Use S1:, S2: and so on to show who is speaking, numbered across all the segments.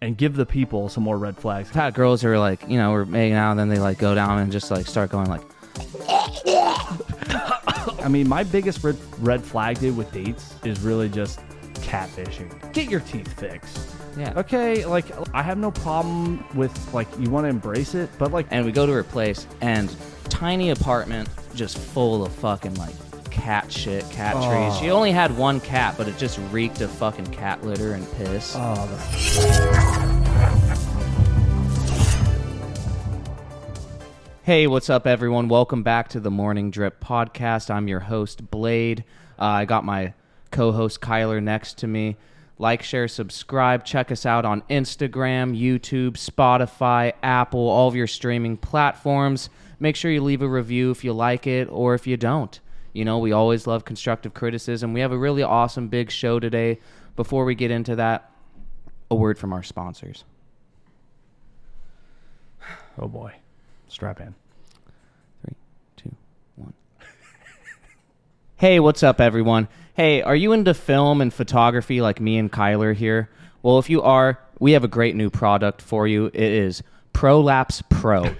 S1: and give the people some more red flags.
S2: I've had girls who are like, you know, we're making out and then they like go down and just like start going like,
S1: I mean, my biggest red, red flag dude with dates is really just catfishing. Get your teeth fixed.
S2: yeah.
S1: Okay, like I have no problem with like you want to embrace it, but like
S2: And we go to her place and tiny apartment just full of fucking like cat shit, cat trees. She only had one cat, but it just reeked of fucking cat litter and piss. Hey, what's up, everyone? Welcome back to the Morning Drip Podcast. I'm your host, Blade. Uh, I got my co host, Kyler, next to me. Like, share, subscribe. Check us out on Instagram, YouTube, Spotify, Apple, all of your streaming platforms. Make sure you leave a review if you like it or if you don't. You know, we always love constructive criticism. We have a really awesome big show today. Before we get into that, a word from our sponsors.
S1: oh boy, strap in.
S2: Three, two, one. hey, what's up, everyone? Hey, are you into film and photography like me and Kyler here? Well, if you are, we have a great new product for you. It is Prolapse Pro.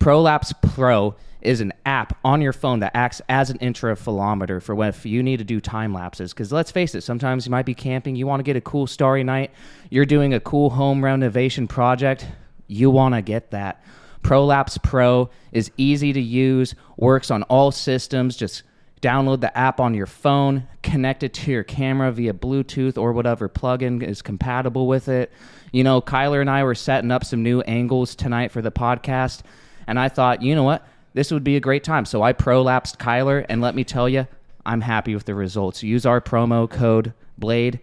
S2: Prolapse Pro is an app on your phone that acts as an intervalometer for when if you need to do time lapses. Because let's face it, sometimes you might be camping, you want to get a cool starry night, you're doing a cool home renovation project, you want to get that. Prolapse Pro is easy to use, works on all systems. Just download the app on your phone, connect it to your camera via Bluetooth or whatever plugin is compatible with it. You know, Kyler and I were setting up some new angles tonight for the podcast, and I thought, you know what? This would be a great time. So I prolapsed Kyler, and let me tell you, I'm happy with the results. Use our promo code BLADE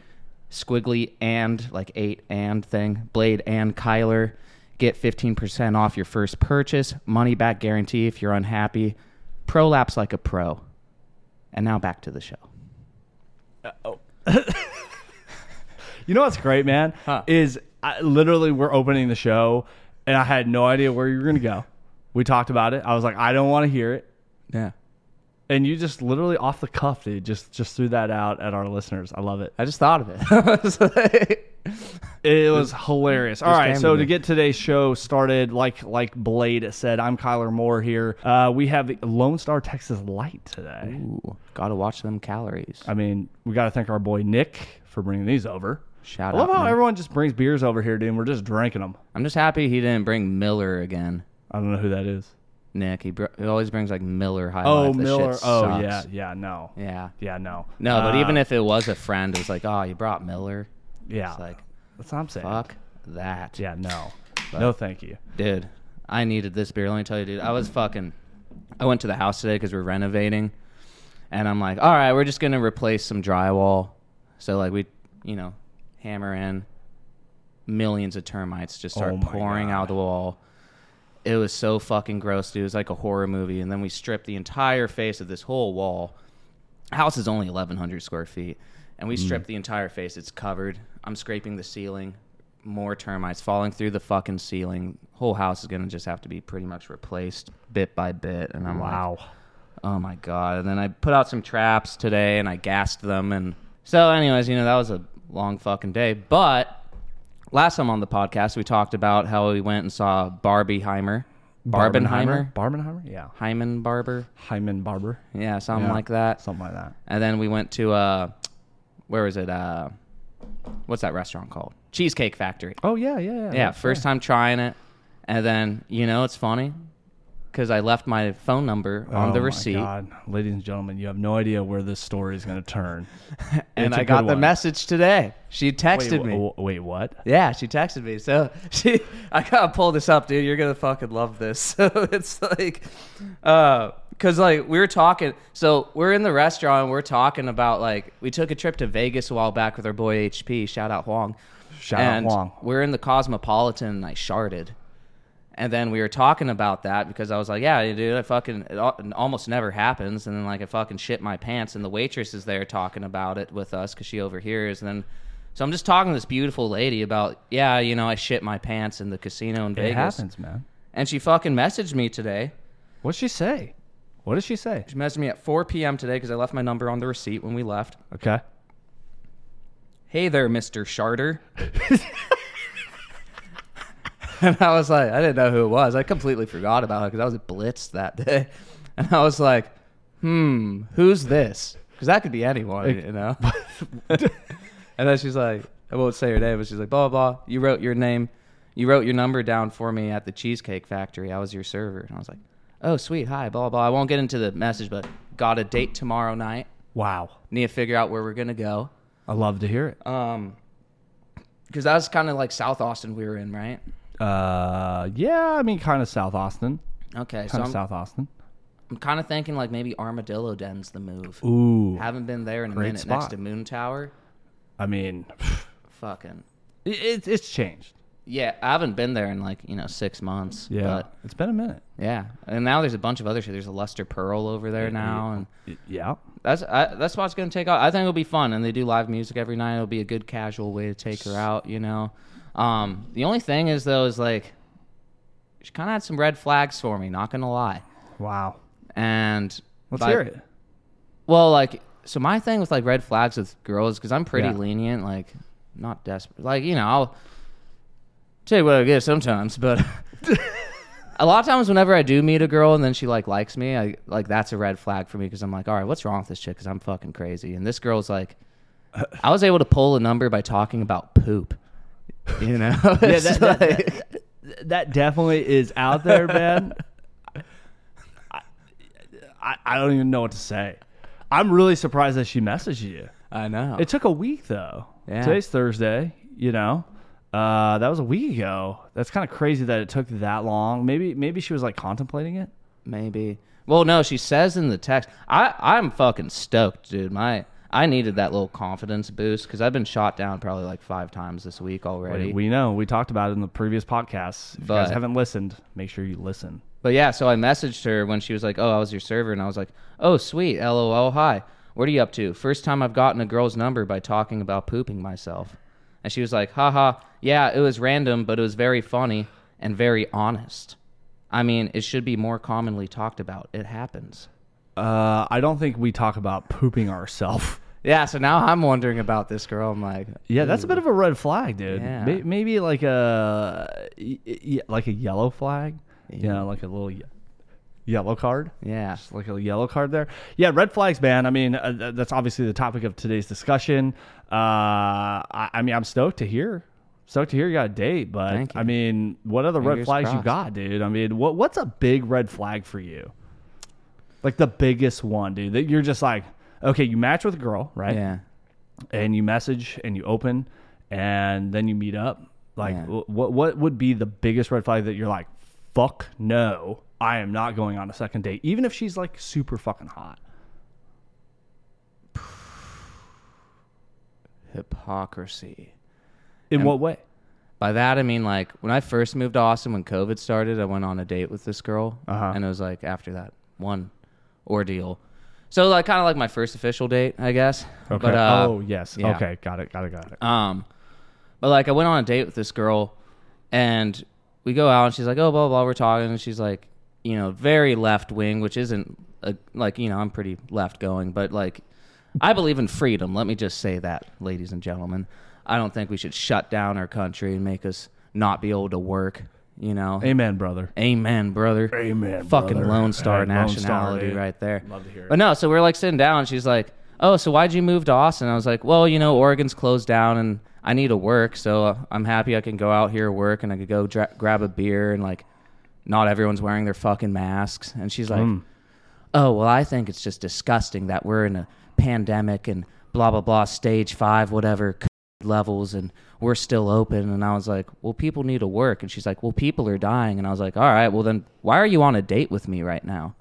S2: squiggly and like eight and thing blade and kyler get 15% off your first purchase money back guarantee if you're unhappy prolapse like a pro and now back to the show
S1: You know what's great, man?
S2: Huh.
S1: Is I, literally we're opening the show, and I had no idea where you were gonna go. We talked about it. I was like, I don't want to hear it,
S2: yeah
S1: and you just literally off the cuff, dude, just just threw that out at our listeners. I love it.
S2: i just thought of it I was like-
S1: It was hilarious. All right,
S2: came
S1: so
S2: to
S1: to
S2: me.
S1: get today's show started, like like Blade said, I'm Kyler Moore here. Uh, we have Lone Star Texas Light today.
S2: Ooh, gotta watch them calories
S1: I mean, we got to thank our boy Nick for bringing these over.
S2: Shout
S1: I love
S2: out,
S1: how
S2: Nick.
S1: everyone just brings beers over here, dude. And we're just drinking them.
S2: i'm just happy he didn't bring miller again
S1: I don't know who that is.
S2: nick he, br- he always brings like miller high
S1: Oh,
S2: Life. That shit
S1: Miller. Oh,
S2: sucks.
S1: yeah, yeah, no,
S2: yeah
S1: yeah, no,
S2: no but
S1: Uh,
S2: even if it was a friend it's like oh you brought miller
S1: yeah,
S2: it's like
S1: that's what I'm saying.
S2: fuck that
S1: Yeah, no, no, thank you.
S2: Dude, I needed this beer. Let me tell you, dude. I was fucking. I went to the house today because we're renovating, and I'm like, all right, we're just gonna replace some drywall. So like we, you know, hammer in millions of termites just start
S1: Oh my
S2: pouring
S1: God.
S2: out the wall. It was so fucking gross, dude. It was like a horror movie. And then we stripped the entire face of this whole wall. House is only 1,100 square feet, and we
S1: Mm.
S2: stripped the entire face. It's covered. I'm scraping the ceiling. More termites falling through the fucking ceiling. Whole house is gonna just have to be pretty much replaced bit by bit. And I'm like,
S1: Wow.
S2: Oh my god! And then I put out some traps today, and I gassed them. And so, anyways, you know that was a long fucking day. But last time on the podcast, we talked about how we went and saw Barbieheimer, Barbenheimer,
S1: Barbenheimer. Yeah,
S2: Hyman Barber,
S1: Hyman Barber,
S2: yeah, something
S1: Yeah.
S2: like that.
S1: something like that.
S2: And then we went to uh, where was it? Uh, what's that restaurant called? Cheesecake Factory.
S1: Oh yeah, yeah, yeah.
S2: Yeah,
S1: that's
S2: first time trying it, and then you know it's funny because I left my phone number on
S1: Oh
S2: the
S1: my
S2: receipt.
S1: God. Ladies and gentlemen, you have no idea where this story is going to turn.
S2: and
S1: It's a
S2: I got
S1: good
S2: the
S1: one.
S2: message today. She texted
S1: Wait,
S2: me.
S1: wha- wha- wait, what?
S2: Yeah, she texted me. So she, I gotta pull this up, dude. You're gonna fucking love this. So it's like, uh, cause like we were talking. So we're in the restaurant. and We're talking about like we took a trip to Vegas a while back with our boy HP. Shout out Huang.
S1: Shout out
S2: and
S1: Huang.
S2: We're in the Cosmopolitan and I sharded. And then we were talking about that because I was like, yeah, dude, I fucking, it al- it almost never happens. And then, like, I fucking shit my pants. And the waitress is there talking about it with us because she overhears. And then, so I'm just talking to this beautiful lady about, yeah, you know, I shit my pants in the casino in
S1: It
S2: Vegas.
S1: happens, man.
S2: And she fucking messaged me today.
S1: What'd she say? What did she say?
S2: She messaged me at 4 p.m. today because I left my number on the receipt when we left.
S1: Okay.
S2: Hey there, Mr. Sharder. And I was like, I didn't know who it was. I completely forgot about her because I was at Blitz that day. And I was like, hmm, who's this? Because that could be anyone, you know? and then she's like, I won't say her name, but she's like, blah, blah, blah. You wrote your name, you wrote your number down for me at the Cheesecake Factory. I was your server. And I was like, oh, sweet, hi, blah, blah. I won't get into the message, but got a date tomorrow night.
S1: Wow.
S2: Need to figure out where we're going to go.
S1: I love to hear it.
S2: Um, because that was kind of like South Austin we were in, right?
S1: Uh, yeah, I mean, kind of South Austin.
S2: Okay, so
S1: Kind of
S2: I'm,
S1: South Austin.
S2: I'm kind of thinking like maybe Armadillo Den's the move.
S1: Ooh.
S2: Haven't been there in a
S1: Great
S2: minute. Next
S1: spot.
S2: to Moon Tower,
S1: I mean,
S2: fucking
S1: it, it's it's changed.
S2: yeah. I haven't been there in like you know six months. but
S1: it's been a minute.
S2: yeah. And now there's a bunch of other shit. There's a Luster Pearl over there now, and
S1: Y- Yeah.
S2: that's I, that's what's gonna take off. I think it'll be fun, and they do live music every night. It'll be a good casual way to take her out, you know. Um, the only thing is though is like she kind of had some red flags for me. Not gonna lie,
S1: Wow.
S2: and
S1: Let's
S2: by-
S1: hear it.
S2: Well, like, so my thing with like red flags with girls because I'm pretty
S1: Yeah.
S2: lenient, like, not desperate. Like, you know, I'll tell you what I get sometimes, but a lot of times whenever I do meet a girl and then she like likes me, I like that's a red flag for me because I'm like, all right, what's wrong with this chick? Because I'm fucking crazy, and this girl's like, I was able to pull a number by talking about poop. You know,
S1: Yeah,
S2: It's
S1: that, that,
S2: like-
S1: that- that definitely is out there, man. I, I, I don't even know what to say. I'm really surprised that she messaged you.
S2: I know.
S1: It took a week though.
S2: Yeah.
S1: Today's Thursday, you know. Uh, that was a week ago. That's kind of crazy that it took that long. Maybe maybe she was like contemplating it.
S2: Maybe. Well, no, she says in the text. I I'm fucking stoked, dude. My I needed that little confidence boost because I've been shot down probably like five times this week already.
S1: We know. We talked about it in the previous podcast. If you guys
S2: But-
S1: haven't listened, make sure you listen.
S2: but yeah, so I messaged her when she was like, "Oh, I was your server," and I was like, "Oh, sweet, lol, hi. What are you up to? First time I've gotten a girl's number by talking about pooping myself." And she was like, "Haha, yeah, it was random, but it was very funny and very honest. I mean, it should be more commonly talked about. It happens."
S1: Uh, I don't think we talk about pooping ourselves.
S2: Yeah, so now I'm wondering about this girl. I'm like,
S1: Yeah, that's a bit of a red flag, dude.
S2: Yeah.
S1: May- Maybe like a y- y- like a yellow flag. You know, like a little ye- yellow card.
S2: Yeah.
S1: Just like a yellow card there. Yeah, red flags, man. I mean, uh, th- that's obviously the topic of today's discussion. Uh, I, I mean, I'm stoked to hear. Stoked to hear you got a date, but
S2: Thank you.
S1: I mean, what other red
S2: Fingers
S1: flags you
S2: crossed.
S1: got, dude? I mean, what what's a big red flag for you? Like the biggest one, dude. That you're just like, okay, you match with a girl, right?
S2: Yeah.
S1: and you message and you open and then you meet up like
S2: Yeah.
S1: wh- what what would be the biggest red flag that you're like fuck no i am not going on a second date even if she's like super fucking hot
S2: Hypocrisy.
S1: in what way
S2: By that I mean like when I first moved to Austin when COVID started, I went on a date with this girl,
S1: Uh-huh.
S2: and it was like after that one ordeal. So like kind of like my first official date, I guess. But, uh,
S1: oh yes
S2: yeah.
S1: okay got it got it got it
S2: Um, but like I went on a date with this girl, and we go out, and she's like, "Oh, blah blah." We're talking, and she's like, you know, very left wing, which isn't a, like you know I'm pretty left going, but like I believe in freedom. Let me just say that, ladies and gentlemen, I don't think we should shut down our country and make us not be able to work. You know,
S1: amen brother
S2: Amen, brother.
S1: Amen,
S2: Fucking
S1: brother.
S2: Lone Star
S1: Hey, Lone Star,
S2: nationality
S1: dude.
S2: right there.
S1: Love to hear it.
S2: But no, so we're like sitting down. And she's like, "Oh, so why'd you move to Austin?" I was like, "Well, you know, Oregon's closed down, and I need to work. So uh, I'm happy I can go out here work, and I could go dra- grab a beer, and like, not everyone's wearing their fucking masks." And she's like,
S1: Hmm.
S2: "Oh, well, I think it's just disgusting that we're in a pandemic and blah blah blah, stage five, whatever." levels and we're still open and i was like well people need to work and she's like well people are dying and i was like all right well then why are you on a date with me right now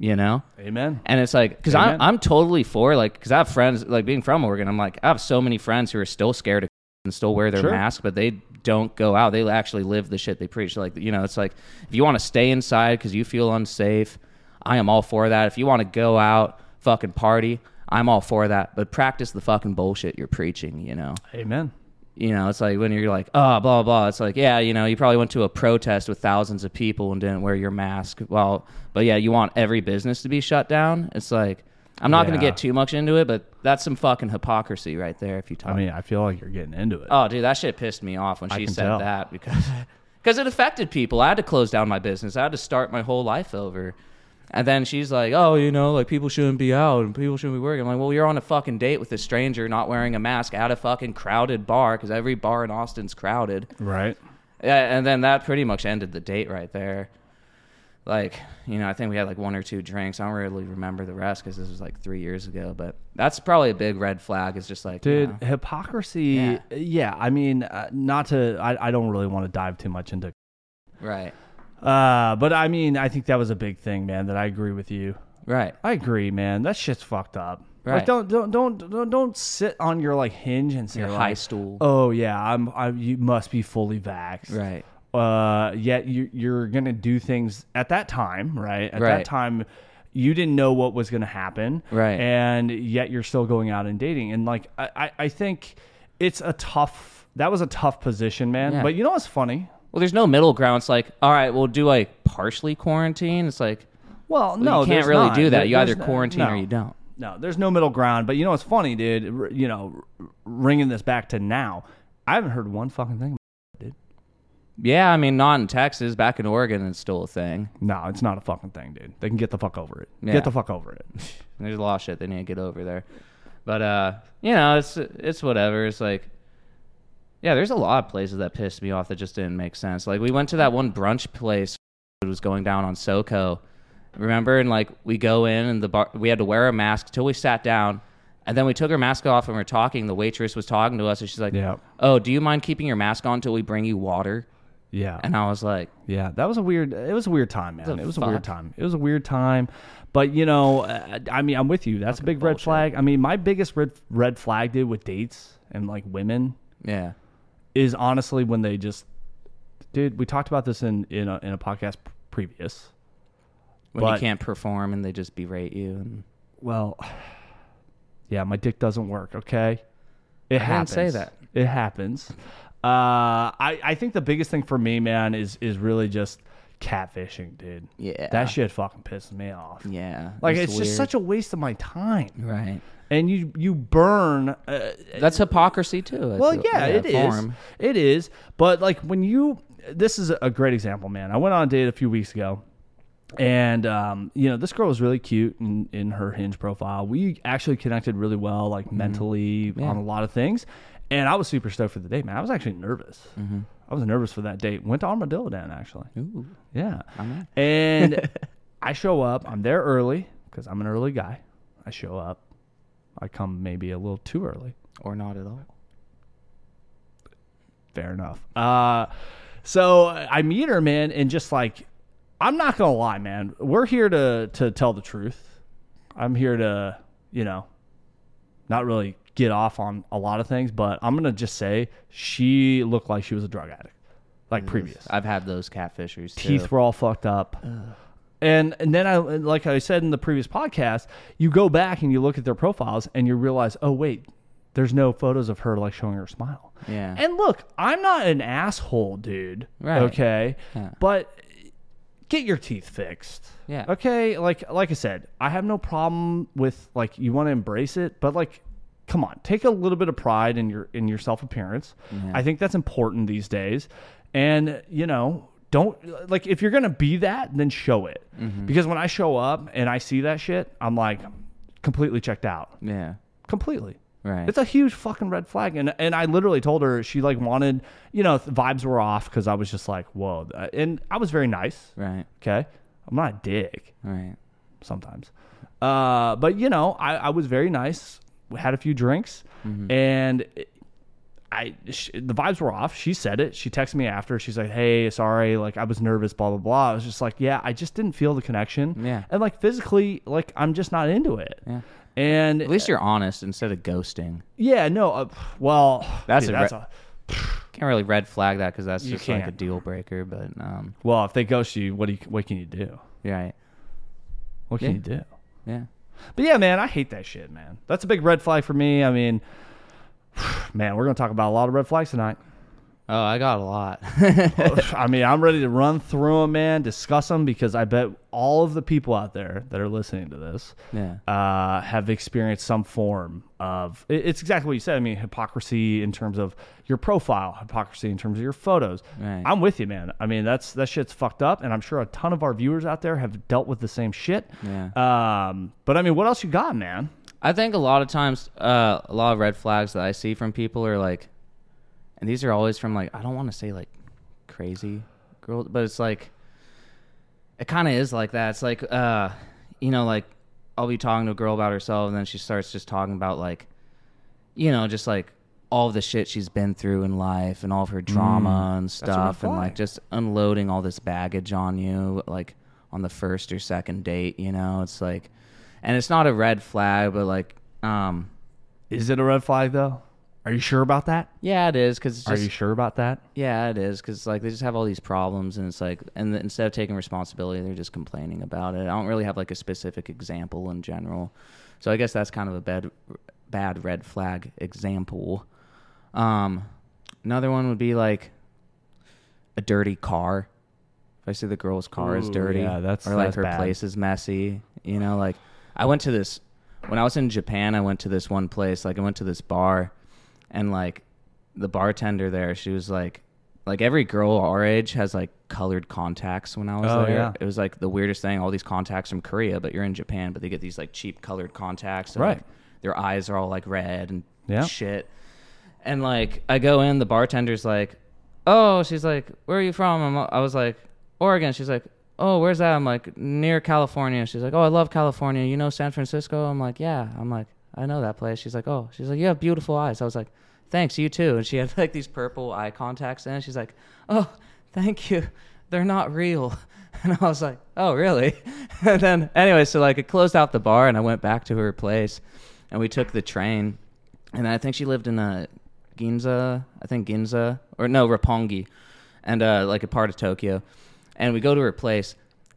S2: you know
S1: amen
S2: and it's like because I'm,
S1: Amen.
S2: I'm totally for like because i have friends like being from oregon i'm like i have so many friends who are still scared of and still wear their
S1: Sure.
S2: mask but they don't go out they actually live the shit they preach like you know it's like if you want to stay inside because you feel unsafe i am all for that if you want to go out fucking party i'm all for that but practice the fucking bullshit you're preaching you know
S1: amen
S2: you know, it's like when you're like, oh, blah, blah, blah. It's like, yeah, you know, you probably went to a protest with thousands of people and didn't wear your mask. Well, but yeah, you want every business to be shut down. It's like, I'm not going to
S1: Yeah.
S2: get too much into it, but that's some fucking hypocrisy right there. If you talk,
S1: I mean, I feel like you're getting into it.
S2: oh dude, that shit pissed me off when she
S1: can
S2: said
S1: tell.
S2: that because because it affected people. I had to close down my business. I had to start my whole life over. And then she's like, "Oh, you know, like people shouldn't be out and people shouldn't be working." I'm like, "Well, you're on a fucking date with a stranger, not wearing a mask, at a fucking crowded bar because every bar in Austin's crowded."
S1: right.
S2: Yeah, and then that pretty much ended the date right there. Like, you know, I think we had like one or two drinks. I don't really remember the rest because this was like three years ago. But that's probably a big red flag. Is just like, you
S1: Dude,
S2: know.
S1: hypocrisy.
S2: Yeah.
S1: Yeah. I mean, uh, not to. I, I don't really want to dive too much into.
S2: right,
S1: Uh, but I mean, I think that was a big thing, man. That I agree with you.
S2: right,
S1: I agree, man. That shit's fucked up.
S2: Right.
S1: Like, don't don't don't don't don't sit on your like hinge and say
S2: Your
S1: like,
S2: high stool.
S1: Oh yeah, I'm. I, you must be fully vaxxed.
S2: right,
S1: uh, yet you, you're going to do things at that time, right? At
S2: Right.
S1: that time, you didn't know what was going to happen,
S2: Right.
S1: And yet you're still going out and dating, and like I, I, I think it's a tough. That was a tough position, man.
S2: Yeah.
S1: But you know what's funny?
S2: Well, there's no middle ground. It's like, all right, well, do I partially quarantine? It's like,
S1: Well,
S2: no,
S1: no,
S2: you can't
S1: there's
S2: really
S1: not.
S2: do that.
S1: There-
S2: you either
S1: there's no-
S2: quarantine or
S1: no.
S2: you don't.
S1: No, there's no middle ground. But you know what's funny, dude? R- you know, r- ringing this back to now, I haven't heard one fucking thing.
S2: Yeah, I mean, not in Texas. Back in Oregon, it's still a thing.
S1: No, it's not a fucking thing, dude. They can get the fuck over it.
S2: Yeah.
S1: Get the fuck over it.
S2: There's a lot of shit they need to get over there. But uh, you know, it's it's whatever. It's like yeah, there's a lot of places that pissed me off that just didn't make sense. Like we went to that one brunch place that was going down on SoCo. Remember? And like we go in and the bar we had to wear a mask till we sat down. And then we took our mask off and we are talking. The waitress was talking to us and she's like,
S1: Yeah.
S2: Oh, do you mind keeping your mask on till we bring you water?
S1: Yeah.
S2: And I was like,
S1: Yeah, that was a weird. It was a weird time, man.
S2: The
S1: It was a
S2: fuck?
S1: weird time. It was a weird time, but you know, uh, I mean, I'm with you. That's a big red
S2: bullshit.
S1: flag. I mean, my biggest red red flag dude with dates and like women
S2: Yeah.
S1: is honestly when they just, dude. We talked about this in in a, in a podcast p- previous.
S2: When you
S1: But-
S2: can't perform and they just berate you and
S1: Well, yeah, my dick doesn't work. Okay, it
S2: I didn't
S1: happens.
S2: say that.
S1: It happens. Uh, I I think the biggest thing for me, man, is is really just catfishing, dude.
S2: Yeah.
S1: that shit fucking pisses me off.
S2: Yeah.
S1: Like
S2: that's
S1: it's just
S2: weird.
S1: such a waste of my time,
S2: Right.
S1: and you you burn. Uh,
S2: That's hypocrisy too. I
S1: well,
S2: feel-
S1: yeah, it is.
S2: form.
S1: It is. But like when you, this is a great example, man. I went on a date a few weeks ago, and um, you know this girl was really cute in, in her Hinge profile. We actually connected really well, like mentally on a lot of things, and I was super stoked for the date, man. I was actually nervous. I was nervous for that date. Went to Armadillo Den actually.
S2: Ooh,
S1: Yeah. And I show up. I'm there early because I'm an early guy. I show up. I come maybe a little too early.
S2: or not at all.
S1: Fair enough. Uh, so I meet her, man, and just like, I'm not gonna lie, man. We're here to to tell the truth. I'm here to, you know, not really get off on a lot of things, but I'm gonna just say she looked like she was a drug addict, like previous.
S2: I've had those catfishers too.
S1: teeth were all fucked up. And and then I like I said in the previous podcast, you go back and you look at their profiles and you realize, oh wait, there's no photos of her like showing her smile.
S2: Yeah.
S1: And look, I'm not an asshole, dude.
S2: Right.
S1: Okay.
S2: Yeah.
S1: But get your teeth fixed.
S2: Yeah.
S1: Okay. Like like I said, I have no problem with like you want to embrace it, but like come on, take a little bit of pride in your in your self appearance. I think that's important these days. And you know, don't like if you're gonna be that, then show it.
S2: Mm-hmm.
S1: Because when I show up and I see that shit, I'm like completely checked out.
S2: yeah.
S1: Completely.
S2: Right.
S1: It's a huge fucking red flag, and and I literally told her she like wanted, you know, th- vibes were off because I was just like, whoa, Uh, and I was very nice.
S2: right.
S1: Okay, I'm not a dick
S2: Right.
S1: sometimes, uh, but you know, I I was very nice. We had a few drinks,
S2: Mm-hmm.
S1: and. It, I sh the vibes were off. She said it. She texted me after. She's like, "Hey, sorry, like I was nervous, blah blah blah." I was just like, "Yeah, I just didn't feel the connection."
S2: Yeah.
S1: and like physically, like I'm just not into it.
S2: Yeah.
S1: And
S2: At least you're honest instead of ghosting.
S1: yeah, no. Uh, well,
S2: That's
S1: dude,
S2: a
S1: that's
S2: re-
S1: a
S2: Can't really red flag that because that's just like a
S1: can't.
S2: deal breaker. But um,
S1: well. If they ghost you, what do you, what can you do?
S2: you're right.
S1: What can you do?
S2: Yeah.
S1: But yeah, man, I hate that shit, man. That's a big red flag for me. I mean, man, we're gonna talk about a lot of red flags tonight. Oh,
S2: Oh, I got a lot.
S1: I mean, I'm ready to run through them, man, discuss them because I bet all of the people out there that are listening to this
S2: Yeah.
S1: uh, have experienced some form of it- it's exactly what you said. I mean, hypocrisy in terms of your profile, hypocrisy in terms of your photos.
S2: Right.
S1: I'm with you, man. I mean, that's that shit's fucked up, and I'm sure a ton of our viewers out there have dealt with the same shit.
S2: Yeah.
S1: Um, but I mean, what else you got, man?
S2: I think a lot of times, uh, a lot of red flags that I see from people are like, and these are always from like, I don't want to say like crazy girls, but it's like, it kind of is like that. It's like, uh, you know, like I'll be talking to a girl about herself, and then she starts just talking about like, you know, just like all the shit she's been through in life and all of her drama and
S1: a red
S2: stuff, and
S1: flag.
S2: like just unloading all this baggage on you, like on the first or second date. You know, it's like, and it's not a red flag, but like, um,
S1: Is it a red flag though? Are you sure about that?
S2: yeah, it is because it's
S1: Are
S2: just
S1: you sure about that?
S2: yeah, it is because like they just have all these problems, and it's like, and th- instead of taking responsibility, they're just complaining about it. I don't really have like a specific example in general, so I guess that's kind of a bad, bad red flag example. Um, another one would be like a dirty car. If I see the girl's car is
S1: Ooh,
S2: dirty,
S1: yeah, that's-
S2: or like
S1: that's
S2: her
S1: bad.
S2: place is messy, you know, like I went to this when I was in Japan. I went to this one place, like I went to this bar, and like the bartender there, she was like, like every girl our age has like colored contacts. When I was
S1: Oh,
S2: there,
S1: yeah.
S2: it was like the weirdest thing. All these contacts from Korea, but you're in Japan, but they get these like cheap colored contacts. and,
S1: Right.
S2: like, their eyes are all like red and
S1: Yeah.
S2: shit. And like I go in, the bartender's like, "Oh," she's like, "Where are you from?" I'm, I was like, "Oregon." She's like, "Oh, where's that?" I'm like, "Near California." She's like, "Oh, I love California. You know San Francisco?" I'm like, "Yeah." I'm like, "I know that place." She's like, "Oh," she's like, "You have beautiful eyes." I was like, "Thanks, you too." And she had like these purple eye contacts in. She's like, "Oh, thank you. They're not real." And I was like, "Oh, really?" And then anyway, so like it closed out the bar, and I went back to her place, and we took the train and I think she lived in uh, Ginza, I think Ginza or no Roppongi, and uh, like a part of Tokyo. And we go to her place,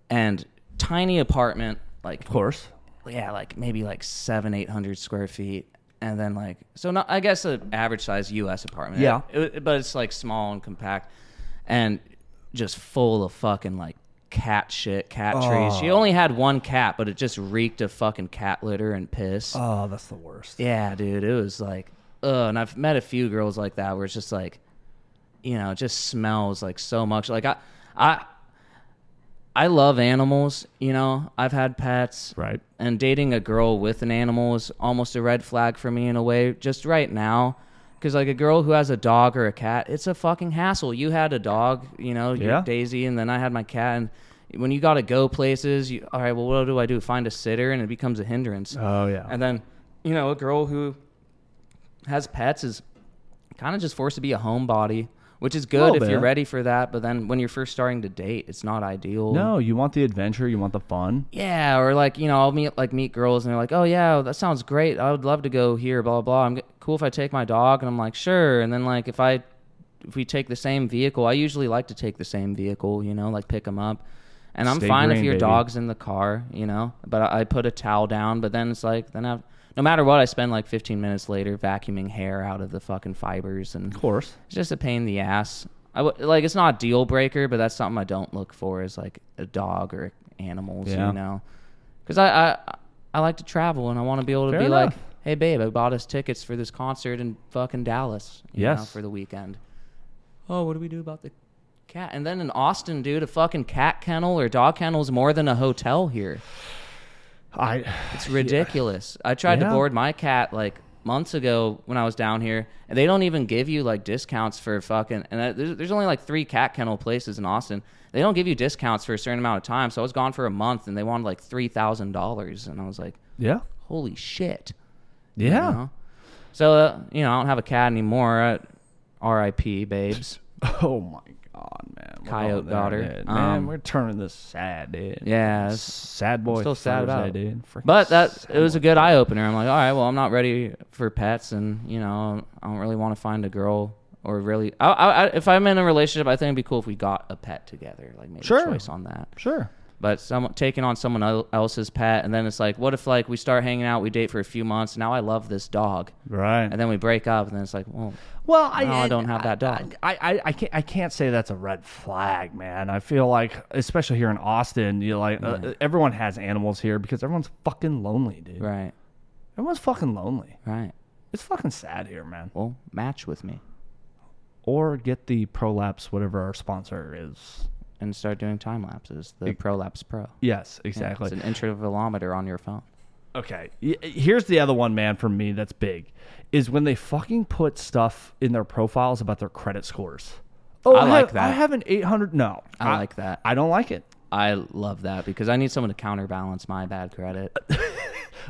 S2: and tiny apartment, like
S1: Of course.
S2: yeah, like maybe like seven, eight hundred square feet, and then like so not I guess an average size U.S. apartment.
S1: Yeah.
S2: It- it- but it's like small and compact, and just full of fucking like cat shit, cat trees. She only had one cat, but it just reeked of fucking cat litter and piss.
S1: Oh, that's the worst.
S2: Yeah, dude, it was like, ugh. And I've met a few girls like that where it's just like, you know, it just smells like so much. Like I, I, I love animals. You know, I've had pets,
S1: Right.
S2: and dating a girl with an animal is almost a red flag for me in a way, just right now. Because like a girl who has a dog or a cat, it's a fucking hassle. You had a dog, you know, your
S1: Yeah.
S2: Daisy, and then I had my cat. And when you gotta go places, you all right? Well, what do I do? Find a sitter, and it becomes a hindrance.
S1: Oh yeah.
S2: And then, you know, a girl who has pets is kind of just forced to be a homebody, which is good if
S1: Little
S2: you're
S1: bit.
S2: ready for that. But then when you're first starting to date, it's not ideal.
S1: no, you want the adventure, you want the fun.
S2: Yeah, or like you know, I'll meet like meet girls and they're like, "Oh yeah, that sounds great. I would love to go here." Blah blah. blah. I'm g- cool if I take my dog, and I'm like, sure. And then like if I if we take the same vehicle, I usually like to take the same vehicle, you know, like pick them up. And I'm
S1: Stay
S2: fine if
S1: green,
S2: your
S1: baby.
S2: dog's in the car, you know. But I, I put a towel down. But then it's like then I no matter what, I spend like 15 minutes later vacuuming hair out of the fucking fibers and
S1: Of course.
S2: it's just a pain in the ass. I w- like it's not a deal breaker, but that's something I don't look for is like a dog or animals,
S1: Yeah.
S2: you know. Because I, I I like to travel and I want to be able to
S1: Fair
S2: be like,
S1: enough.
S2: hey babe, I bought us tickets for this concert in fucking Dallas, you know,
S1: Yes.
S2: for the weekend. Oh, what do we do about the cat? And then in Austin, dude, a fucking cat kennel or dog kennel is more than a hotel here.
S1: I
S2: It's ridiculous. I tried
S1: Yeah.
S2: to board my cat like months ago when I was down here, and they don't even give you like discounts for fucking. And I, there's, there's only like three cat kennel places in Austin. They don't give you discounts for a certain amount of time. So I was gone for a month, and they wanted like three thousand dollars, and I was like,
S1: yeah.
S2: holy shit. you
S1: Yeah.
S2: know? So uh, you know, I don't have a cat anymore. Uh, R.I.P. Babes.
S1: Oh my god, man. We're
S2: Coyote
S1: going there,
S2: daughter.
S1: dude. Man,
S2: Um,
S1: we're turning this sad, dude.
S2: Yeah, it's-
S1: Sad boy.
S2: still sad
S1: Thursday,
S2: about it.
S1: dude. Freaking
S2: But that
S1: sad
S2: it was
S1: boy.
S2: a good eye opener. I'm like, all right, well, I'm not ready for pets, and you know, I don't really want to find a girl or really. I, I, I- if I'm in a relationship, I think it'd be cool if we got a pet together, like maybe
S1: Sure.
S2: a choice on that.
S1: Sure.
S2: But some, taking on someone el- else's pet, and then it's like, what if like we start hanging out, we date for a few months, now I love this dog,
S1: Right.
S2: and then we break up, and then it's like, well,
S1: Well, I,
S2: No, I don't have that dog.
S1: I, I, I can't I can't say that's a red flag, man. I feel like, especially here in Austin, you like uh, everyone has animals here because everyone's fucking lonely, dude.
S2: right,
S1: Everyone's fucking lonely.
S2: right,
S1: It's fucking sad here, man.
S2: well, match with me
S1: Or get the prolapse, whatever our sponsor is.
S2: and start doing time lapses, the Prolapse Pro.
S1: Yes,
S2: Yeah,
S1: exactly.
S2: it's an intervalometer on your phone.
S1: Okay. Y- Here's the other one, man, for me that's big is when they fucking put stuff in their profiles about their credit scores. Oh,
S2: I like
S1: have-
S2: that.
S1: I have an 800. No.
S2: I like that.
S1: I don't like it.
S2: I love that because I need someone to counterbalance my bad credit.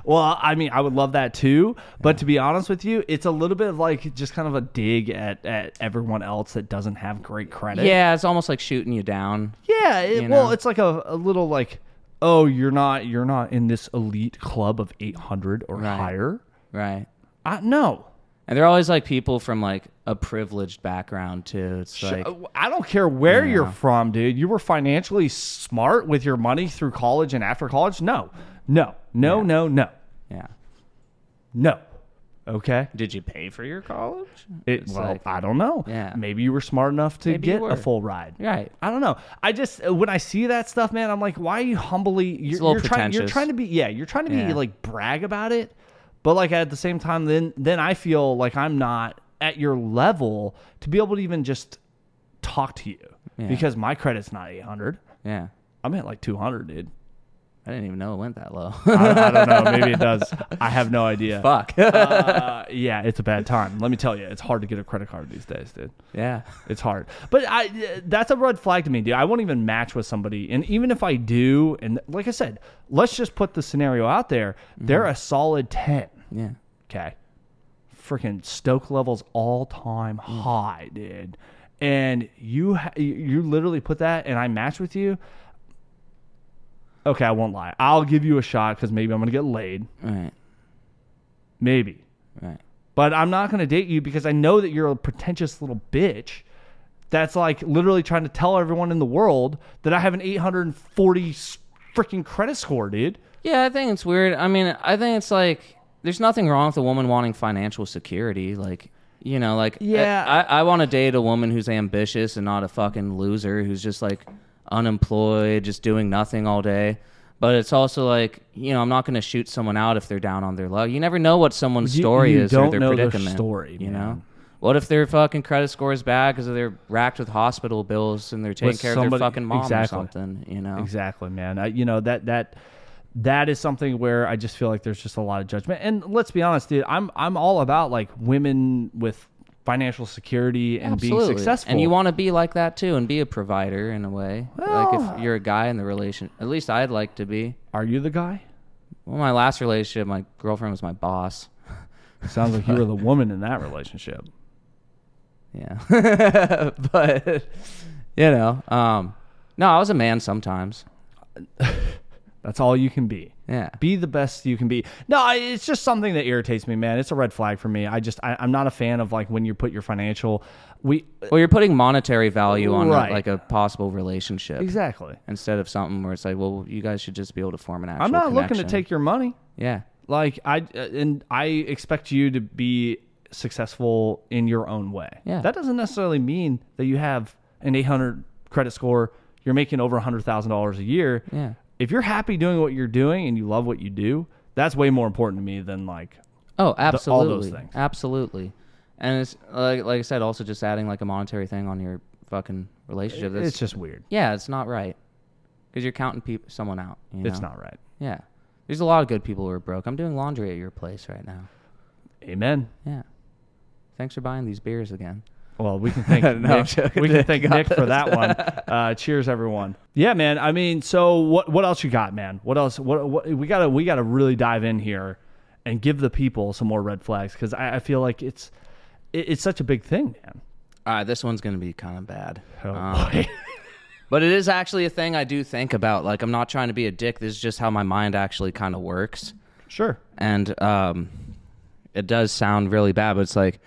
S1: Well, I mean, I would love that too. But to be honest with you, it's a little bit of like just kind of a dig at, at everyone else that doesn't have great credit.
S2: yeah, it's almost like shooting you down.
S1: Yeah. It,
S2: You
S1: well,
S2: know?
S1: it's like a, a little like, oh, you're not you're not in this elite club of 800 or
S2: Right.
S1: higher.
S2: Right.
S1: I, no.
S2: And they're always like people from like a privileged background too. It's like
S1: Uh, I don't care where you're from, dude. You were financially smart with your money through college and after college. No. No. No, no, no.
S2: yeah.
S1: No. Okay.
S2: Did you pay for your college?
S1: It,
S2: It's
S1: well,
S2: like-
S1: I don't know.
S2: Yeah.
S1: Maybe you were smart enough to
S2: Maybe you
S1: get a
S2: were.
S1: full ride.
S2: Right.
S1: I don't know. I just uh, when I see that stuff, man, I'm like, why are you humbly? You're,
S2: a little
S1: you're trying. You're
S2: pretentious.
S1: trying to be. Yeah, you're trying to be
S2: Yeah.
S1: like brag about it, but like at the same time, then then I feel like I'm not at your level to be able to even just talk to you
S2: Yeah.
S1: because my credit's not 800.
S2: Yeah.
S1: I'm at like 200, dude.
S2: I didn't even know it went that low.
S1: I, I don't know. Maybe it does. I have no idea.
S2: Fuck.
S1: Uh, yeah, it's a bad time. Let me tell you, it's hard to get a credit card these days, dude.
S2: yeah.
S1: It's hard, but I that's a red flag to me, dude. I won't even match with somebody, and even if I do, and like I said, let's just put the scenario out there. They're a solid ten.
S2: Yeah.
S1: Okay, freaking Stoke levels all time high, dude. And you ha- you- you literally put that, and I match with you. Okay, I won't lie. I'll give you a shot because maybe I'm gonna get laid.
S2: Right.
S1: Maybe
S2: Right.
S1: but I'm not going to date you because I know that you're a pretentious little bitch that's like literally trying to tell everyone in the world that I have an 840 s- freaking credit score, dude.
S2: Yeah, I think it's weird. I mean, I think it's like there's nothing wrong with a woman wanting financial security. Like, you know, like
S1: Yeah.
S2: I, I want to date a woman who's ambitious and not a fucking loser who's just like unemployed, just doing nothing all day. But it's also like, you know, I'm not going to shoot someone out if they're down on their luck. You never know what someone's
S1: You-
S2: story
S1: you
S2: is
S1: don't
S2: or their
S1: know their
S2: predicament.
S1: story,
S2: you
S1: man.
S2: know. What if their fucking credit score is bad because they're racked with hospital bills and they're taking
S1: With
S2: care of
S1: somebody-
S2: their fucking mom
S1: exactly.
S2: or something? You know,
S1: Exactly, man. I, you know that that that is something where I just feel like there's just a lot of judgment. And let's be honest, dude. I'm I'm all about like women with financial security and being successful.
S2: And you want to be like that too and be a provider in a way. like
S1: Well-
S2: if you're a guy in the relation, at least I'd like to be.
S1: Are you the guy?
S2: Well, my last relationship, my girlfriend was my boss.
S1: Sounds like you were the woman in that relationship.
S2: Yeah. but you know, um no, I was a man sometimes.
S1: That's all you can be.
S2: Yeah.
S1: be the best you can be no I- it's just something that irritates me man it's a red flag for me i just I, i'm not a fan of like when you put your financial we
S2: Well, you're putting monetary value on
S1: Right.
S2: like a possible relationship
S1: exactly
S2: instead of something where it's like, well, you guys should just be able to form an actual
S1: i'm not looking
S2: connection.
S1: to take your money
S2: Yeah.
S1: like i and i expect you to be successful in your own way
S2: Yeah.
S1: that doesn't necessarily mean that you have an 800 credit score you're making over $100000 a year
S2: Yeah.
S1: if you're happy doing what you're doing and you love what you do that's way more important to me than like
S2: Oh,
S1: those
S2: absolutely.
S1: things.
S2: Absolutely. And it's like, like I said, also just adding like a monetary thing on your fucking relationship. That's,
S1: it's just weird
S2: yeah, it's not right because you're counting peop someone out. You
S1: it's
S2: know?
S1: not right
S2: Yeah, there's a lot of good people who are broke. I'm doing laundry at your place right now.
S1: amen
S2: Yeah. Thanks for buying these beers again.
S1: Well, we can thank
S2: No, I'm
S1: Nick.
S2: joking.
S1: We can thank
S2: Got
S1: Nick for that one. Uh, cheers, everyone. Yeah, man. I mean, so what? What else you got, man? What else? What? what we gotta we gotta really dive in here and give the people some more red flags because I, I feel like it's it, it's such a big thing, man.
S2: All right, Ah, this one's gonna be kind of bad.
S1: Oh,
S2: Um,
S1: boy.
S2: But it is actually a thing I do think about. Like, I'm not trying to be a dick. This is just how my mind actually kind of works.
S1: sure.
S2: and um, it does sound really bad, but it's like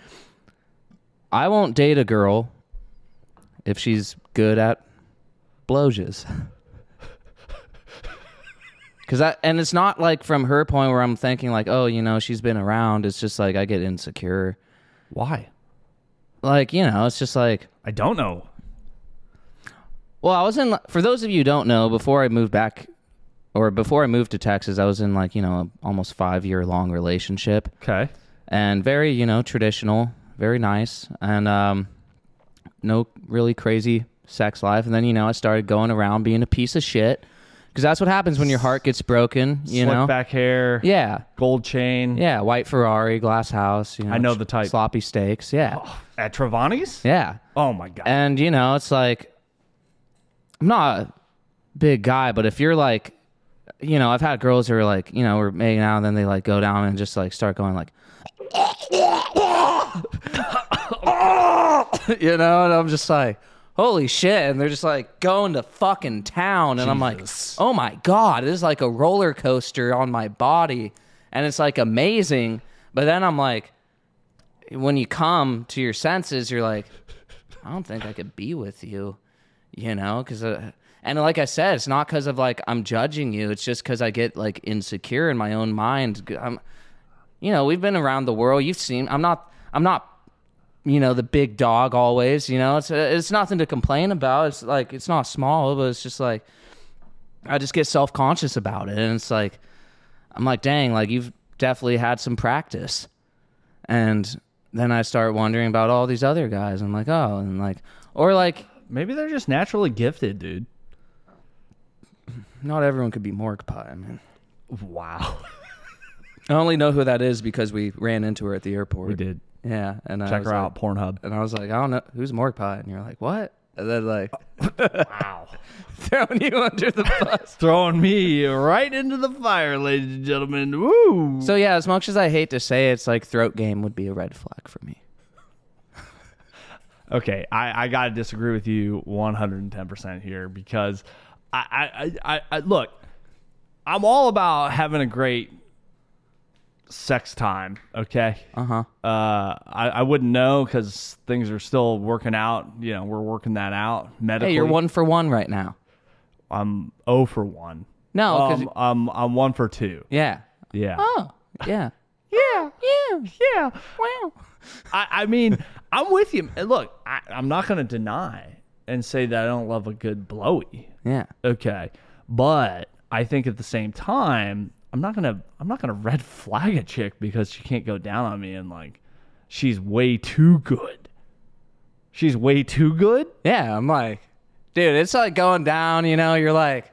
S2: I won't date a girl if she's good at blowjobs. Cause I, and it's not like from her point where I'm thinking like, oh, you know, she's been around. It's just like I get insecure.
S1: Why?
S2: Like you know, it's just like
S1: I don't know.
S2: Well, I was in for those of you who don't know, before I moved back or before I moved to Texas, I was in like, you know, a almost 5-year long relationship
S1: Okay.
S2: and very, you know, traditional, very nice and um no really crazy sex life and then you know, I started going around being a piece of shit cuz that's what happens when your heart gets broken, you
S1: Slick
S2: know.
S1: back hair.
S2: Yeah.
S1: Gold chain.
S2: Yeah, white Ferrari, glass house, you know.
S1: I know the type. Oh.
S2: Sloppy steaks, yeah.
S1: At Travani's?
S2: Yeah.
S1: Oh my god.
S2: And you know, it's like I'm not a big guy, but if you're like you know, I've had girls who are like, you know, we're making out and then they like go down and just like start going like you know, and I'm just like, holy shit. And they're just like going to fucking town. And I'm like, oh my God, it is like a roller coaster on my body. And it's like amazing. But then I'm like, when you come to your senses, you're like, I don't think I could be with you, you know? Because, uh, and like I said, it's not because of like I'm judging you. It's just because I get like insecure in my own mind. I'm, you know, we've been around the world. You've seen. I'm not. I'm not. You know, the big dog always. You know, it's uh, it's nothing to complain about. It's like it's not small, but it's just like I just get self conscious about it, and it's like I'm like, dang, like you've definitely had some practice, and then I start wondering about all these other guys. I'm like, oh, and like, or like,
S1: Maybe they're just naturally gifted, dude.
S2: not everyone could be Mork Pie. I mean,
S1: Wow.
S2: I only know who that is because we ran into her at the airport.
S1: We did.
S2: yeah, and I
S1: Check
S2: was
S1: her
S2: like-
S1: out, Pornhub.
S2: And I was like, I don't know who's Mork Pie, and you're like, what? And then like
S1: Wow.
S2: throwing you under the bus.
S1: Throwing me right into the fire, ladies and gentlemen. Woo.
S2: So yeah, as much as I hate to say it, it's like throat game would be a red flag for me.
S1: Okay, I, I gotta disagree with you 110% here because I, I, I, I, I look, I'm all about having a great sex time. Okay,
S2: Uh huh.
S1: uh, I, I wouldn't know because things are still working out. You know, we're working that out medically.
S2: Hey, you're one for one right now.
S1: I'm zero for one.
S2: No, Oh, 'cause-
S1: um, I'm I'm one for two.
S2: Yeah.
S1: Yeah.
S2: Oh. Yeah.
S1: Yeah.
S2: Yeah.
S1: Yeah.
S2: Wow.
S1: I, I mean, I'm with you. And Look, I, I'm not gonna deny and say that I don't love a good blowy.
S2: Yeah.
S1: Okay. But I think at the same time, I'm not gonna I'm not gonna red flag a chick because she can't go down on me and like she's way too good. She's way too good?
S2: Yeah. I'm like, dude, it's like going down. You know, you're like,